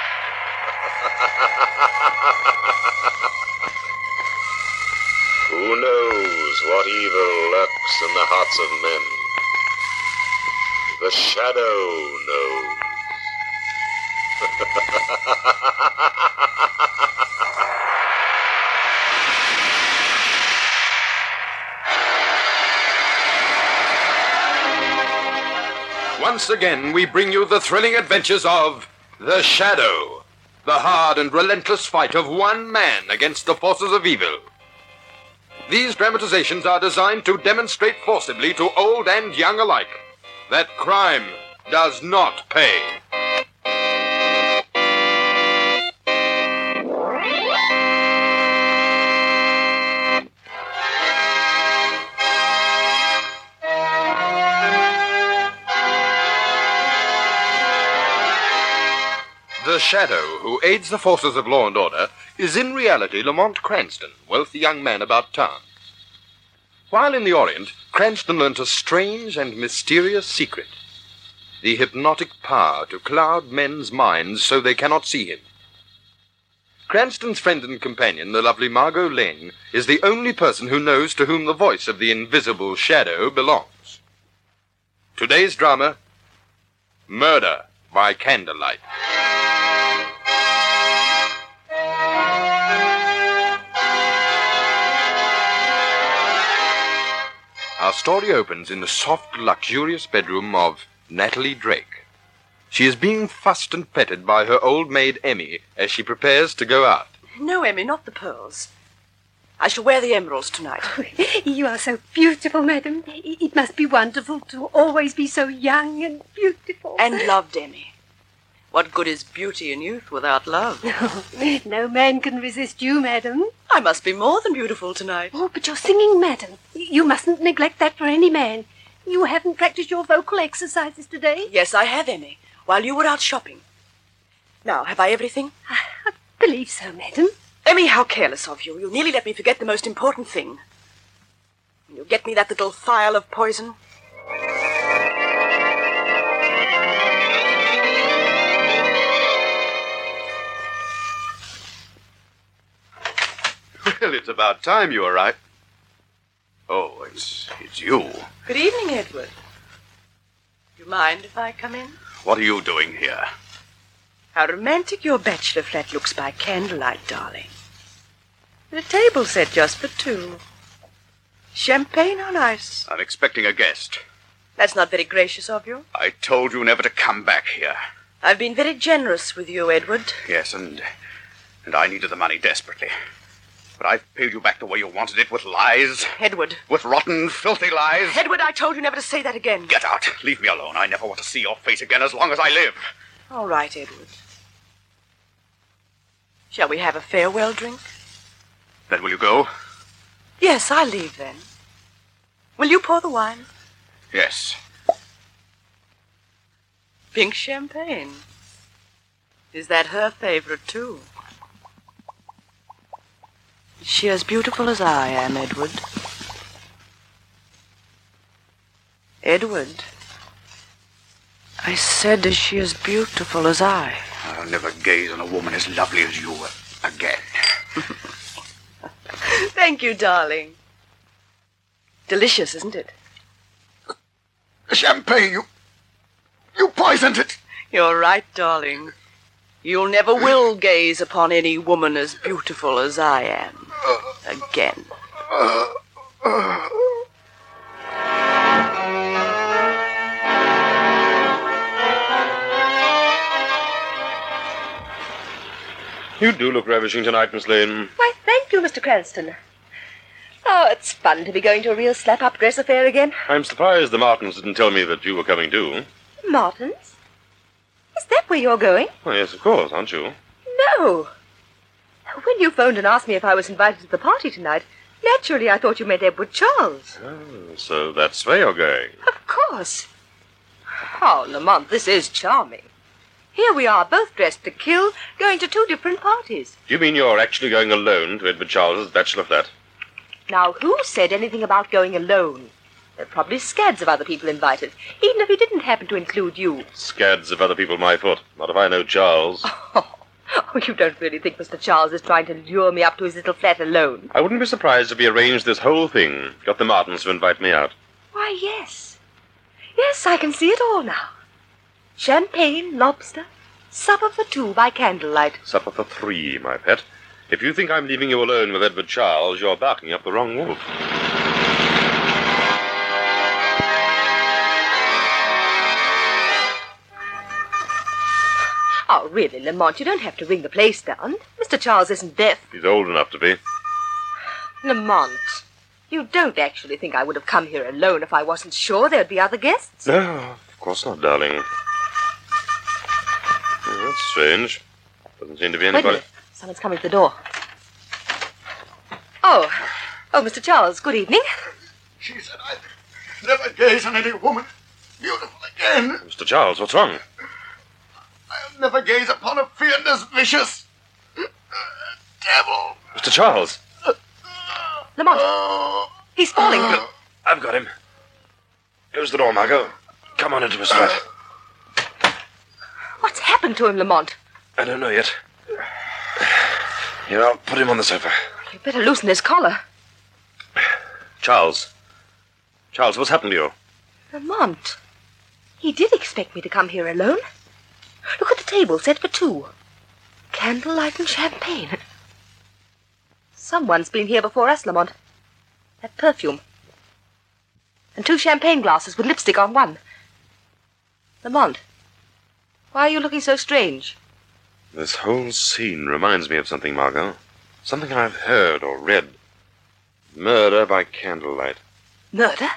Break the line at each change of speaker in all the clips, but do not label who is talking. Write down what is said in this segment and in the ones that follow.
Who knows what evil lurks in the hearts of men? The shadow knows.
Once again, we bring you the thrilling adventures of The Shadow, the hard and relentless fight of one man against the forces of evil. These dramatizations are designed to demonstrate forcibly to old and young alike that crime does not pay. The shadow who aids the forces of law and order is in reality Lamont Cranston, wealthy young man about town. While in the Orient, Cranston learnt a strange and mysterious secret the hypnotic power to cloud men's minds so they cannot see him. Cranston's friend and companion, the lovely Margot Lane, is the only person who knows to whom the voice of the invisible shadow belongs. Today's drama Murder by Candlelight. Our story opens in the soft, luxurious bedroom of Natalie Drake. She is being fussed and petted by her old maid Emmy as she prepares to go out.
No, Emmy, not the pearls. I shall wear the emeralds tonight.
You are so beautiful, madam. I- It must be wonderful to always be so young and beautiful.
and loved, Emmy. What good is beauty and youth without love?
no man can resist you, madam.
I must be more than beautiful tonight.
Oh, but you're singing, madam. Y- You mustn't neglect that for any man. You haven't practiced your vocal exercises today.
Yes, I have, Emmy, while you were out shopping. Now, have I everything?
Believe so, madam.
Emmy, how careless of you. You nearly let me forget the most important thing. Will you get me that little phial of poison?
Well, it's about time you arrived. Oh, it's it's you.
Good evening, Edward. You mind if I come in?
What are you doing here?
How romantic your bachelor flat looks by candlelight, darling. The table set just for two. Champagne on ice.
I'm expecting a guest.
That's not very gracious of you.
I told you never to come back here.
I've been very generous with you, Edward.
Yes, and and I needed the money desperately. But I've paid you back the way you wanted it with lies,
Edward.
with rotten, filthy lies.
Edward, I told you never to say that again.
Get out. Leave me alone. I never want to see your face again as long as I live.
All right, Edward. Shall we have a farewell drink?
Then will you go?
Yes, I'll leave then. Will you pour the wine?
Yes.
Pink champagne. Is that her favorite, too? Is she as beautiful as I am, Edward? Edward. I said, is she as beautiful as I?
I'll never gaze on a woman as lovely as you again.
Thank you, darling. Delicious, isn't it?
Champagne, you. You poisoned it.
You're right, darling. You'll never will gaze upon any woman as beautiful as I am. Again.
You do look ravishing tonight, Miss Lane.
Why, thank you, Mr. Cranston. Oh, it's fun to be going to a real slap up dress affair again.
I'm surprised the Martins didn't tell me that you were coming too.
Martin's? Is that where you're going?
Oh, yes, of course, aren't you?
No. When you phoned and asked me if I was invited to the party tonight,
Naturally, I thought you meant Edward Charles.
So that's where you're going.
Of course. Oh, Lamont, this is charming. Here we are, both dressed to kill, going to two different parties.
Do you mean you're actually going alone to Edward Charles's bachelor flat?
Now, who said anything about going alone? There are probably scads of other people invited, even if he didn't happen to include you.
Scads of other people my foot. Not if I know Charles.
Oh, you don't really think Mr. Charles is trying to lure me up to his little flat alone?
I wouldn't be surprised if he arranged this whole thing. Got the Martins to invite me out.
Why, yes. Yes, I can see it all now. Champagne, lobster, supper for two by candlelight.
Supper for three, my pet. If you think I'm leaving you alone with Edward Charles, you're barking up the wrong wolf.
Oh, really, Lamont, you don't have to ring the place down. Mr. Charles isn't deaf.
He's old enough to be.
Lamont, you don't actually think I would have come here alone if I wasn't sure there'd be other guests?
No, of course not, darling. Oh, that's strange. Doesn't seem to be
Wait a
anybody.
minute. Someone's coming to the door. Oh. Oh, Mr. Charles, good evening.
She said I never gaze on any woman beautiful again.
Mr. Charles, what's wrong?
I'll never gaze upon a fearless, vicious devil.
Mr. Charles!
Lamont,
Oh,
he's falling.
I've got him. Close the door, Margot. Come on into his flat.
What's happened to him, Lamont?
I don't know yet. Here, I'll put him on the sofa.
You better loosen his collar.
Charles. Charles, what's happened to you?
Lamont, he did expect me to come here alone. Look at the table set for two. Candlelight and champagne. Someone's been here before us, Lamont. That perfume. And two champagne glasses with lipstick on one. Lamont, why are you looking so strange?
This whole scene reminds me of something, Margot. Something I've heard or read. Murder by candlelight.
Murder?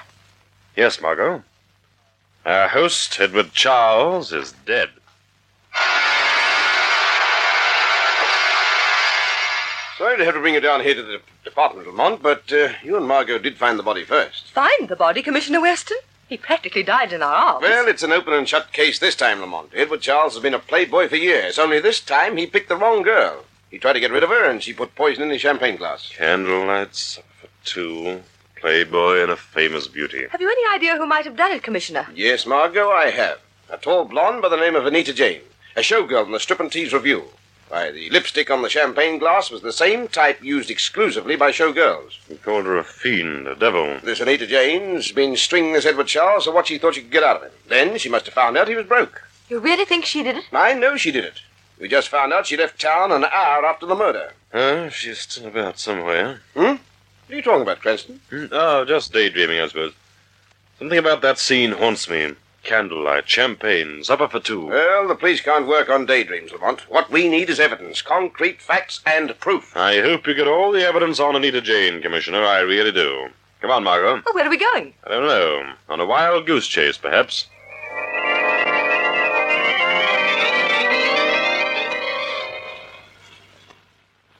Yes, Margot. Our host, Edward Charles, is dead.
Sorry to have to bring you down here to the department, Lamont, but uh, you and Margot did find the body first.
Find the body, Commissioner Weston. He practically died in our arms.
Well, it's an open and shut case this time, Lamont. Edward Charles has been a playboy for years, only this time he picked the wrong girl. He tried to get rid of her, and she put poison in his champagne glass.
Candlelight, supper for two, playboy, and a famous beauty.
Have you any idea who might have done it, Commissioner?
Yes, Margot, I have. A tall blonde by the name of Anita Jane, a showgirl in the Strip and Tease Review. Why, the lipstick on the champagne glass was the same type used exclusively by showgirls.
You called her a fiend, a devil.
This Anita Jane's been stringing this Edward Charles for what she thought she could get out of him. Then she must have found out he was broke.
You really think she did it?
I know she did it. We just found out she left town an hour after the murder.
Oh, she's still about somewhere.
What are you talking about, Cranston?
Hmm, Oh, just daydreaming, I suppose. Something about that scene haunts me. Candlelight, champagne, supper for two.
Well, the police can't work on daydreams, Lamont. What we need is evidence, concrete facts, and proof.
I hope you get all the evidence on Anita Jane, Commissioner. I really do. Come on, Margot.
Oh, where are we going?
I don't know. On a wild goose chase, perhaps.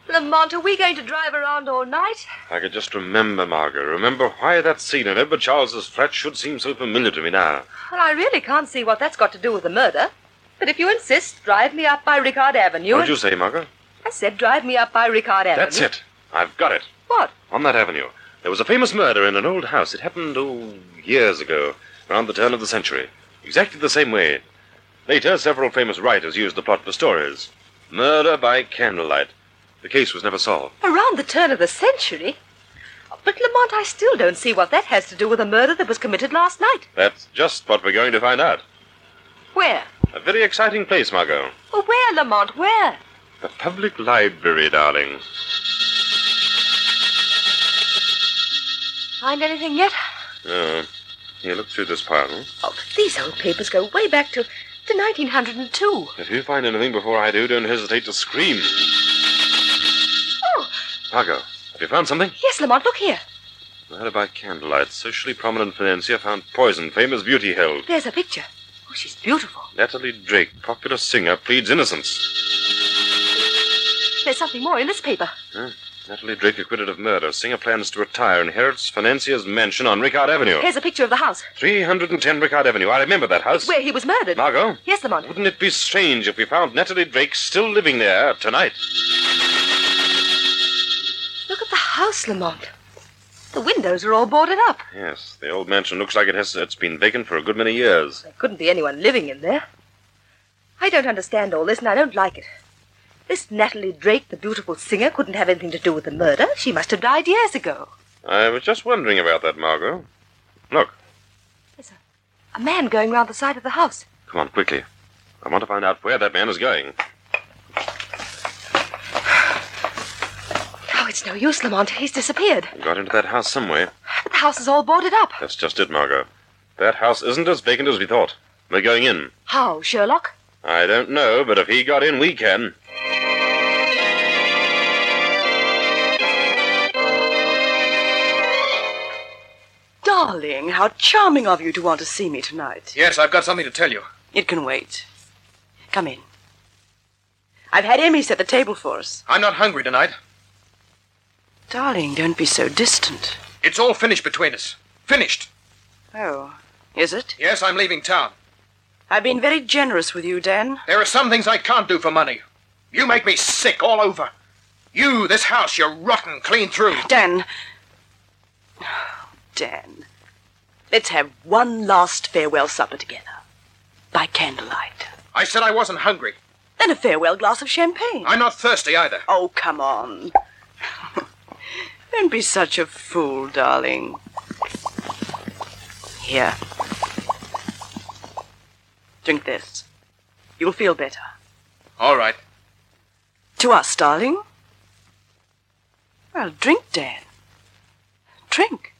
Lamont, are we going to drive around all night?
I could just remember, Margot. Remember why that scene at Edward Charles's flat should seem so familiar to me now.
Well, I really can't see what that's got to do with the murder. But if you insist, drive me up by Ricard Avenue.
What
and-
did you say, Margot?
I said drive me up by Ricard Avenue.
That's it. I've got it.
What?
On that avenue, there was a famous murder in an old house. It happened, oh, years ago, around the turn of the century. Exactly the same way. Later, several famous writers used the plot for stories. Murder by candlelight. The case was never solved.
Around the turn of the century? But, Lamont, I still don't see what that has to do with a murder that was committed last night.
That's just what we're going to find out.
Where?
A very exciting place, Margot.
Oh, where, Lamont, where?
The public library, darling.
Find anything yet?
Uh, here, look through this pile.
Oh, but these old papers go way back to, to 1902.
If you find anything before I do, don't hesitate to scream.
Oh,
Margot, have you found something?
yes, Lamont, look here.
Murder by candlelight. Socially prominent financier found poison. Famous beauty held.
There's a picture. Oh, she's beautiful.
Natalie Drake, popular singer, pleads innocence.
There's something more in this paper.
Natalie Drake acquitted of murder. Singer plans to retire. Inherits financier's mansion on Ricard Avenue.
Here's a picture of the house
310 Ricard Avenue. I remember that house.
where he was murdered.
Margot?
Yes, Lamont.
Wouldn't it be strange if we found Natalie Drake still living there tonight?
Look at the house, Lamont. The windows are all boarded up.
Yes, the old mansion looks like it has it's been vacant for a good many years.
There couldn't be anyone living in there. I don't understand all this, and I don't like it. This Natalie Drake, the beautiful singer, couldn't have anything to do with the murder. She must have died years ago.
I was just wondering about that, Margot. Look,
A man going round the side of the house.
come on quickly. I want to find out where that man is going.
Oh, it's no use, Lamont. He's disappeared.
He got into that house some way.
But the house is all boarded up.
That's just it, Margot. That house isn't as vacant as we thought. We're going in.
How, Sherlock?
I don't know, Oh, but if he got in, we can.
Darling, how charming of you to want to see me tonight.
Yes, I've got something to tell you.
It can wait. Come in. I've had Emmy set the table for us.
I'm not hungry tonight.
Darling, don't be so distant.
It's all finished between us. Finished.
Oh, is it?
Yes, I'm leaving town.
I've been very generous with you, Dan.
There are some things I can't do for money. You make me sick all over. You, this house, you're rotten clean through.
Dan. Dan. Let's have one last farewell supper together. By candlelight.
I said I wasn't hungry.
Then a farewell glass of champagne.
I'm not thirsty either.
Oh, come on. Don't be such a fool, darling. Here. Drink this. You'll feel better.
All right.
To us, darling. Well, drink, Dan. Drink.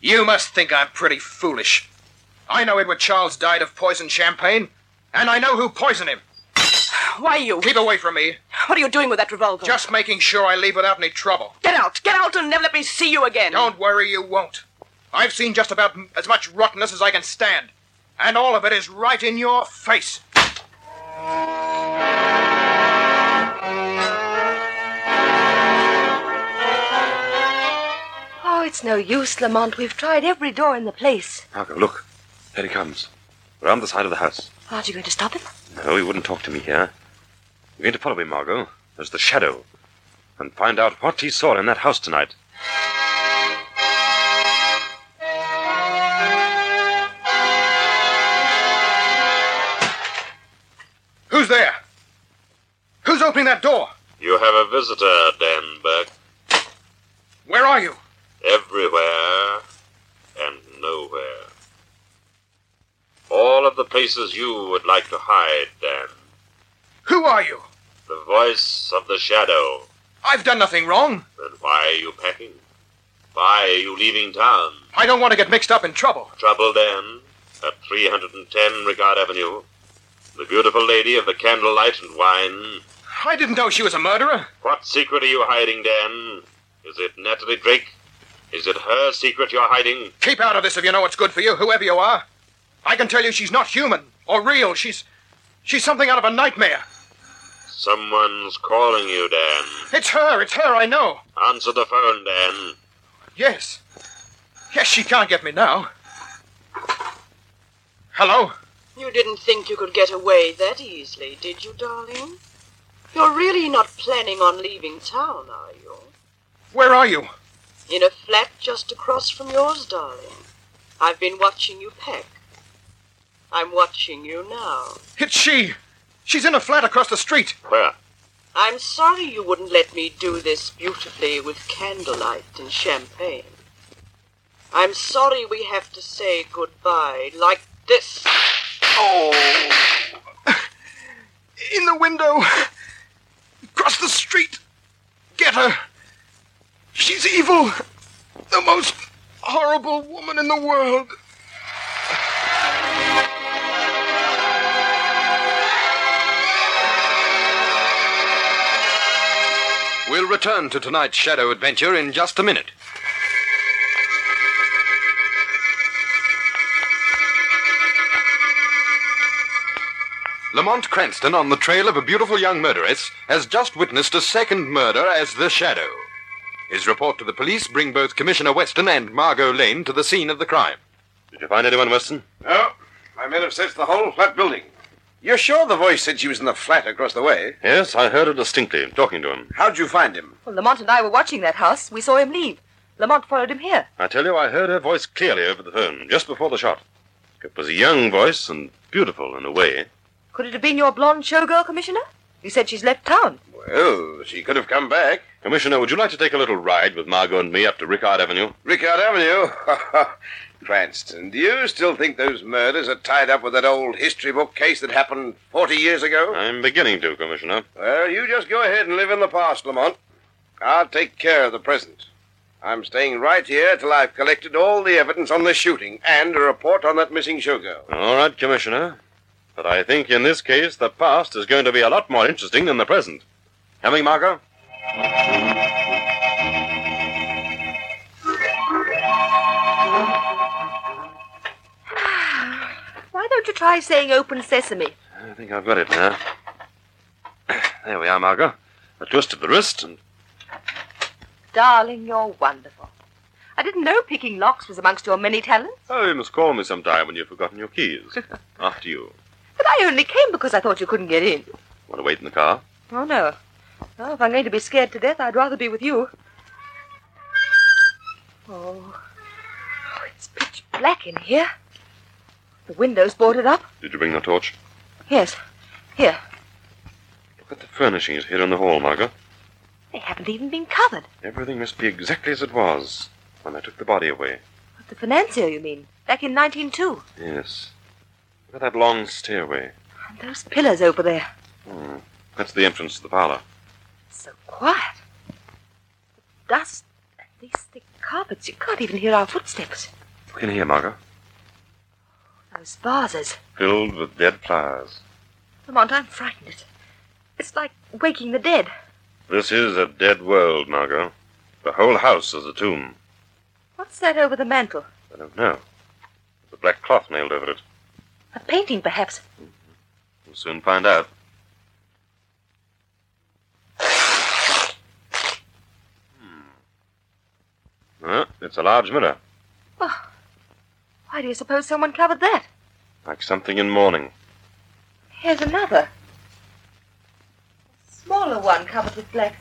you must think I'm pretty foolish. I know Edward Charles died of poisoned champagne, and I know who poisoned him.
Why you?
Keep away from me.
What are you doing with that revolver?
Just making sure I leave without any trouble.
get out. Get out and never let me see you again.
Don't worry, you won't. I've seen just about m- as much rottenness as I can stand, and all of it is right in your face.
Oh, it's no use, Lamont. We've tried every door in the place.
Margot, look. There he comes. Round the side of the house.
Aren't you going to stop him?
No, he wouldn't talk to me here. You're going to follow me, Margot, as the shadow, and find out what he saw in that house tonight.
Who's there? Who's opening that door?
You have a visitor, Dan Burke.
Where are you?
Everywhere and nowhere. All of the places you would like to hide, Dan.
Who are you?
The voice of the shadow.
I've done nothing wrong.
Then why are you packing? Why are you leaving town?
I don't want to get mixed up in trouble.
Trouble, Dan, at 310 Ricard Avenue. The beautiful lady of the candlelight and wine.
I didn't know she was a murderer.
What secret are you hiding, Dan? Is it Natalie Drake? Is it her secret you're hiding?
Keep out of this if you know what's good for you, whoever you are. I can tell you she's not human or real. She's. She's something out of a nightmare.
Someone's calling you, Dan.
It's her, it's her, I know.
Answer the phone, Dan.
Yes. Yes, she can't get me now. Hello?
You didn't think you could get away that easily, did you, darling? You're really not planning on leaving town, are you?
Where are you?
In a flat just across from yours, darling. I've been watching you pack. I'm watching you now.
It's she. She's in a flat across the street.
Where?
I'm sorry you wouldn't let me do this beautifully with candlelight and champagne. I'm sorry we have to say goodbye like this.
Oh. In the window. Across the street. Get her. She's evil. The most horrible woman in the world.
We'll return to tonight's shadow adventure in just a minute.
Lamont Cranston, on the trail of a beautiful young murderess, has just witnessed a second murder as the shadow. His report to the police bring both Commissioner Weston and Margot Lane to the scene of the crime.
Did you find anyone, Weston?
No. Oh, My men have searched the whole flat building. You're sure the voice said she was in the flat across the way?
Yes, I heard her distinctly, talking to him.
How'd you find him?
Well, Lamont and I were watching that house. We saw him leave. Lamont followed him here.
I tell you, I heard her voice clearly over the phone, just before the shot. It was a young voice and beautiful in a way.
Could it have been your blonde showgirl, Commissioner? You said she's left town.
Well, she could have come back.
Commissioner, would you like to take a little ride with Margot and me up to Rickard Avenue?
Rickard Avenue? Cranston, do you still think those murders are tied up with that old history book case that happened 40 years ago?
I'm beginning to, Commissioner.
Well, you just go ahead and live in the past, Lamont. I'll take care of the present. I'm staying right here till I've collected all the evidence on the shooting and a report on that missing showgirl.
All right, Commissioner. But I think in this case, the past is going to be a lot more interesting than the present. Coming, Margot?
Why don't you try saying open sesame?
I think I've got it now. There we are, Margot. A twist of the wrist and.
Darling, you're wonderful. I didn't know picking locks was amongst your many talents,
Oh, you must call me sometime when you've forgotten your keys. After you.
but I only came because I thought you couldn't get in.
Want to wait in the car?
Oh, no. Oh, if I'm going to be scared to death, I'd rather be with you. Oh. oh it's pitch black in here. The window's boarded up.
Did you bring the torch?
Yes. Here.
Look at the furnishings here in the hall, Margot.
They haven't even been covered.
Everything must be exactly as it was when they took the body away.
The financier, you mean? Back in 1902.
Yes. Look at that long stairway.
And those pillars over there.
Hmm. That's the entrance to the parlor.
So quiet. The dust and these thick carpets. You can't even hear our footsteps.
Look in here, Margot.
Those vases.
Filled with dead flowers.
Lamont, I'm frightened. It's- It's like waking the dead.
This is a dead world, Margot. The whole house is a tomb.
What's that over the mantel?
I don't know. There's a black cloth nailed over it.
A painting, perhaps.
We'll soon find out. Hmm. Huh? it's a large mirror,
Oh, Why do you suppose someone covered that?
like something in mourning.
Here's another. A smaller one covered with black.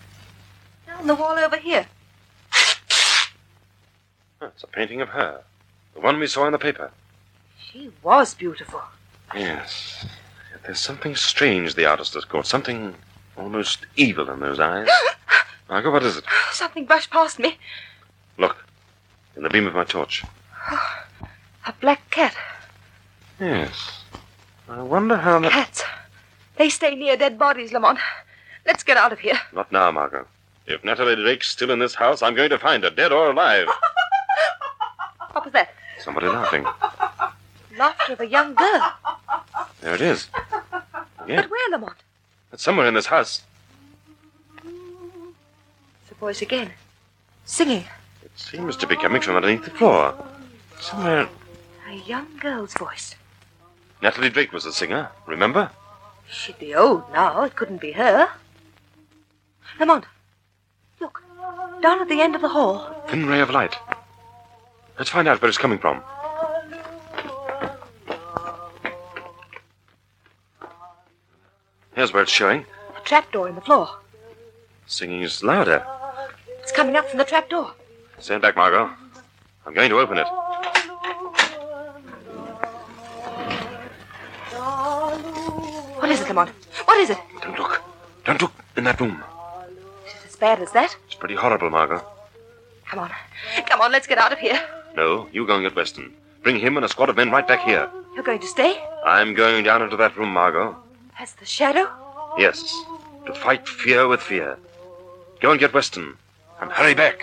Down the wall over here.
Huh, it's a painting of her, the one we saw in the paper.
She was beautiful.
Yes. Yet There's something strange the artist has caught, something almost evil in those eyes. Margot, what is it?
Something brushed past me.
Look, in the beam of my torch.
A black cat.
Yes. I wonder how that.
Cats. They stay near dead bodies, Lamont. Let's get out of here.
Not now, Margot. If Natalie Drake's still in this house, I'm going to find her, dead or alive.
What was that?
Somebody laughing.
Laughter of a young girl.
There it is. Again.
But where, Lamont?
It's somewhere in this house.
It's a voice again. Singing.
It seems to be coming from underneath the floor. Somewhere.
A young girl's voice.
Natalie Drake was the singer, remember?
She'd be old now. It couldn't be her. Lamont, look. Down at the end of the hall.
Thin ray of light. Let's find out where it's coming from. Here's where it's showing.
A trapdoor in the floor.
Singing is louder.
It's coming up from the trapdoor.
Stand back, Margot. I'm going to open it.
What is it, Lamont? What is it?
Don't look. Don't look in that room.
Is it as bad as that?
It's pretty horrible, Margot.
Come on. Come on, let's get out of here.
No, you go and get Weston. Bring him and a squad of men right back here.
You're going to stay?
I'm going down into that room, Margot.
As the shadow?
Yes, to fight fear with fear. Go and get Weston, and hurry back.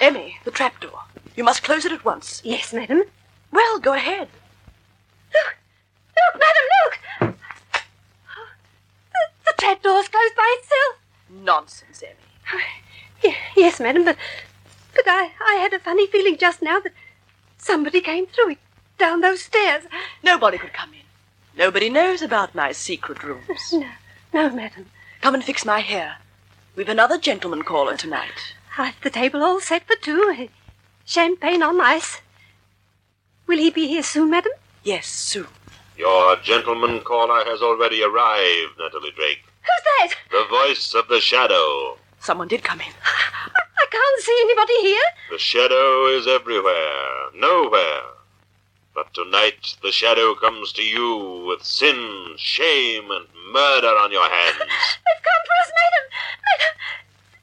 Emmy, the trapdoor. You must close it at once.
Yes, madam.
Well, go ahead.
Look, madam, look! The, the trapdoor's closed by itself.
Nonsense, Emmy.
Ye- Yes, madam, but
But I, I had a funny feeling just now that somebody came through it down those stairs.
Nobody could come in. Nobody knows about my secret rooms.
No, no, madam.
Come and fix my hair. We've another gentleman caller tonight.
I've the table all set for two. Champagne on ice. Will he be here soon, madam?
Yes, Sue.
Your gentleman caller has already arrived, Natalie Drake.
Who's that?
The voice of the shadow.
Someone did come in.
I can't see anybody here.
The shadow is everywhere, nowhere. But tonight the shadow comes to you with sin, shame, and murder on your hands.
They've come for us, madam. Madam,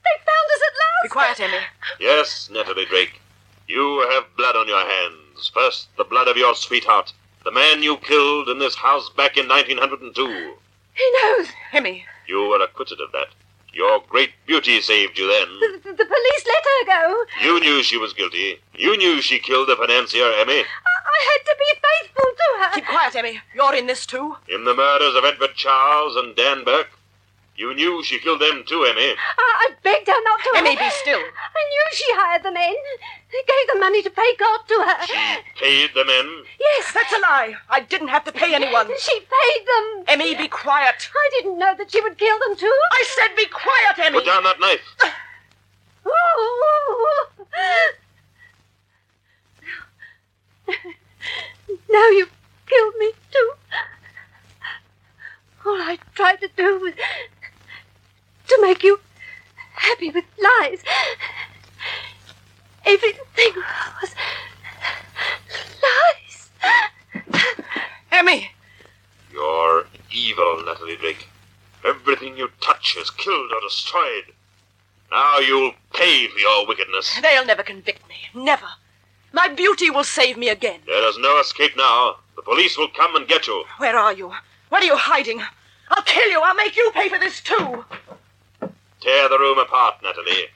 they found us at last.
Be quiet, Emmy.
Yes, Natalie Drake, you have blood on your hands. First, the blood of your sweetheart, the man you killed in this house back in 1902.
He knows.
Emmy.
You were acquitted of that. Your great beauty saved you then.
The, the, the police let her go.
You knew she was guilty. You knew she killed the financier, Emmy.
I, I had to be faithful to her.
Keep quiet, Emmy. You're in this too.
Oh.
In the murders of Edward Charles and Dan Burke, you knew she killed them too, Emmy.
I, I begged her not to.
Emmy, be still.
I knew she hired the men. They gave the money to pay God to her.
She paid the men.
Yes.
That's a lie. I didn't have to pay anyone.
She paid them.
Emmy, be quiet.
I didn't know that she would kill them too.
I said be quiet, Emmy.
Put down that knife.
Oh. Now you've killed me too. All I tried to do was to make you happy with lies. Everything was lies.
Emmy!
You're evil, Natalie Drake. Everything you touch is killed or destroyed. Now you'll pay for your wickedness.
They'll never convict me. Never. My beauty will save me again.
There is no escape now. The police will come and get you.
Where are you? What are you hiding? I'll kill you. I'll make you pay for this, too.
Tear the room apart, Natalie.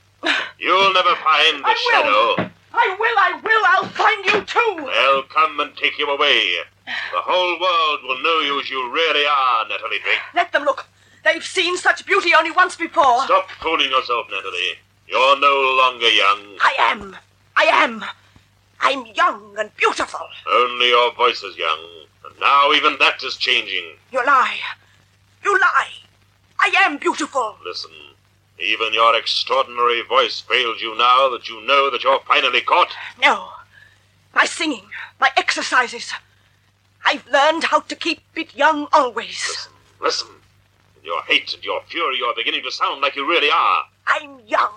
You'll never find the
I will.
shadow.
I will, I will. I'll find you, too.
They'll come and take you away. The whole world will know you as you really are, Natalie Drake.
Let them look. They've seen such beauty only once before.
Stop fooling yourself, Natalie. You're no longer young.
I am. I am. I'm young and beautiful.
Only your voice is young. And now even that is changing.
You lie. You lie. I am beautiful.
Listen, even your extraordinary voice fails you now that you know that you're finally caught.
No. My singing, my exercises. I've learned how to keep it young always.
Listen, in your hate and your fury, you're beginning to sound like you really are.
I'm young.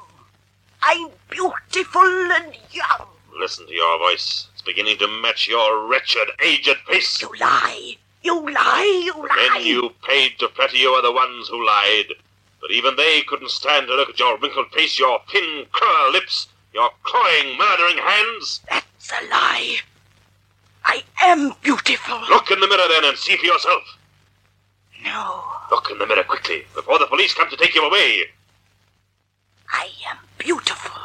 I'm beautiful and young.
Listen to your voice. It's beginning to match your wretched, aged face.
You lie. You lie. You lie.
Men you paid to flatter you are the ones who lied. But even they couldn't stand to look at your wrinkled face, your thin, cruel lips, your clawing, murdering hands.
That's a lie. I am beautiful.
Look in the mirror then and see for yourself.
No,
Look in the mirror quickly, before the police come to take you away.
I am beautiful.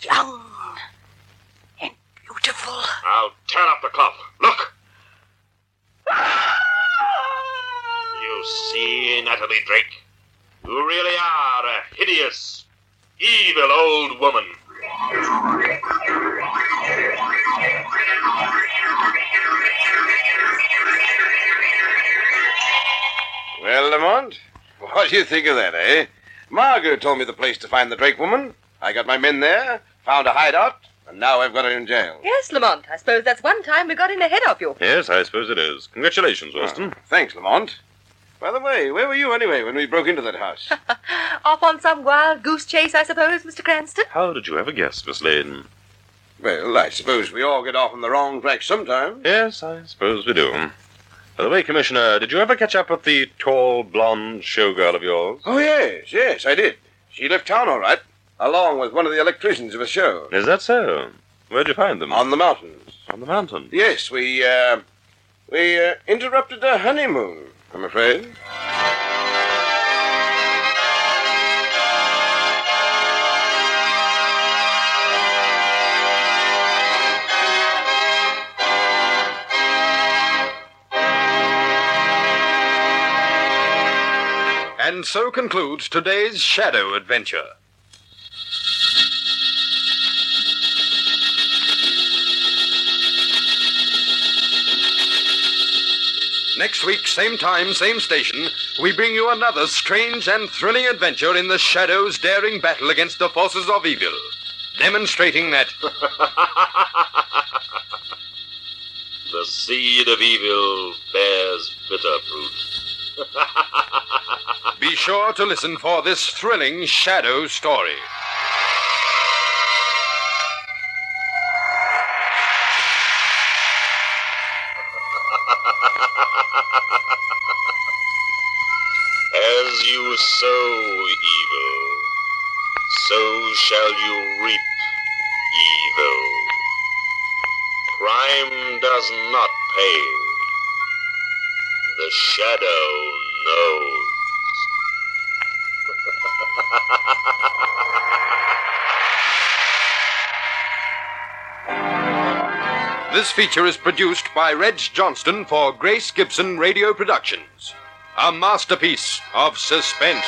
Young and beautiful.
I'll tear up the cloth. Look! You see, Natalie Drake, you really are a hideous, evil old woman.
Well, Lamont, what do you think of that, eh? Margot told me the place to find the Drake woman. I got my men there, found a hideout, and now I've got her in jail.
Yes, Lamont. I suppose that's one time we got in ahead of you.
Yes, I suppose it is. Congratulations,
Ah.
Winston.
Hmm. Thanks, Lamont. By the way, where were you anyway when we broke into that house?
Off on some wild goose chase, I suppose, Mr. Cranston.
How did you have a guess, Miss Lane?
well, I suppose we all get off on the wrong track sometime.
Yes, I suppose we do. By the way, Commissioner, did you ever catch up with the tall, blonde showgirl of yours?
Oh, yes, yes, I did. She left town all right, along with one of the electricians of the show.
Is that so? Where'd you find them?
On the mountains.
On the mountain.
Yes, we, uh, we uh, interrupted her honeymoon, I'm afraid.
And so concludes today's Shadow Adventure.
Next week, same time, same station, we bring you another strange and thrilling adventure in the Shadow's daring battle against the forces of evil, demonstrating that.
The seed of evil bears bitter fruit.
Be sure to listen for this thrilling shadow story.
As you sow evil, so shall you reap evil. Crime does not pay. The shadow knows.
This feature is produced by Reg Johnston for Grace Gibson Radio Productions, a masterpiece of suspense.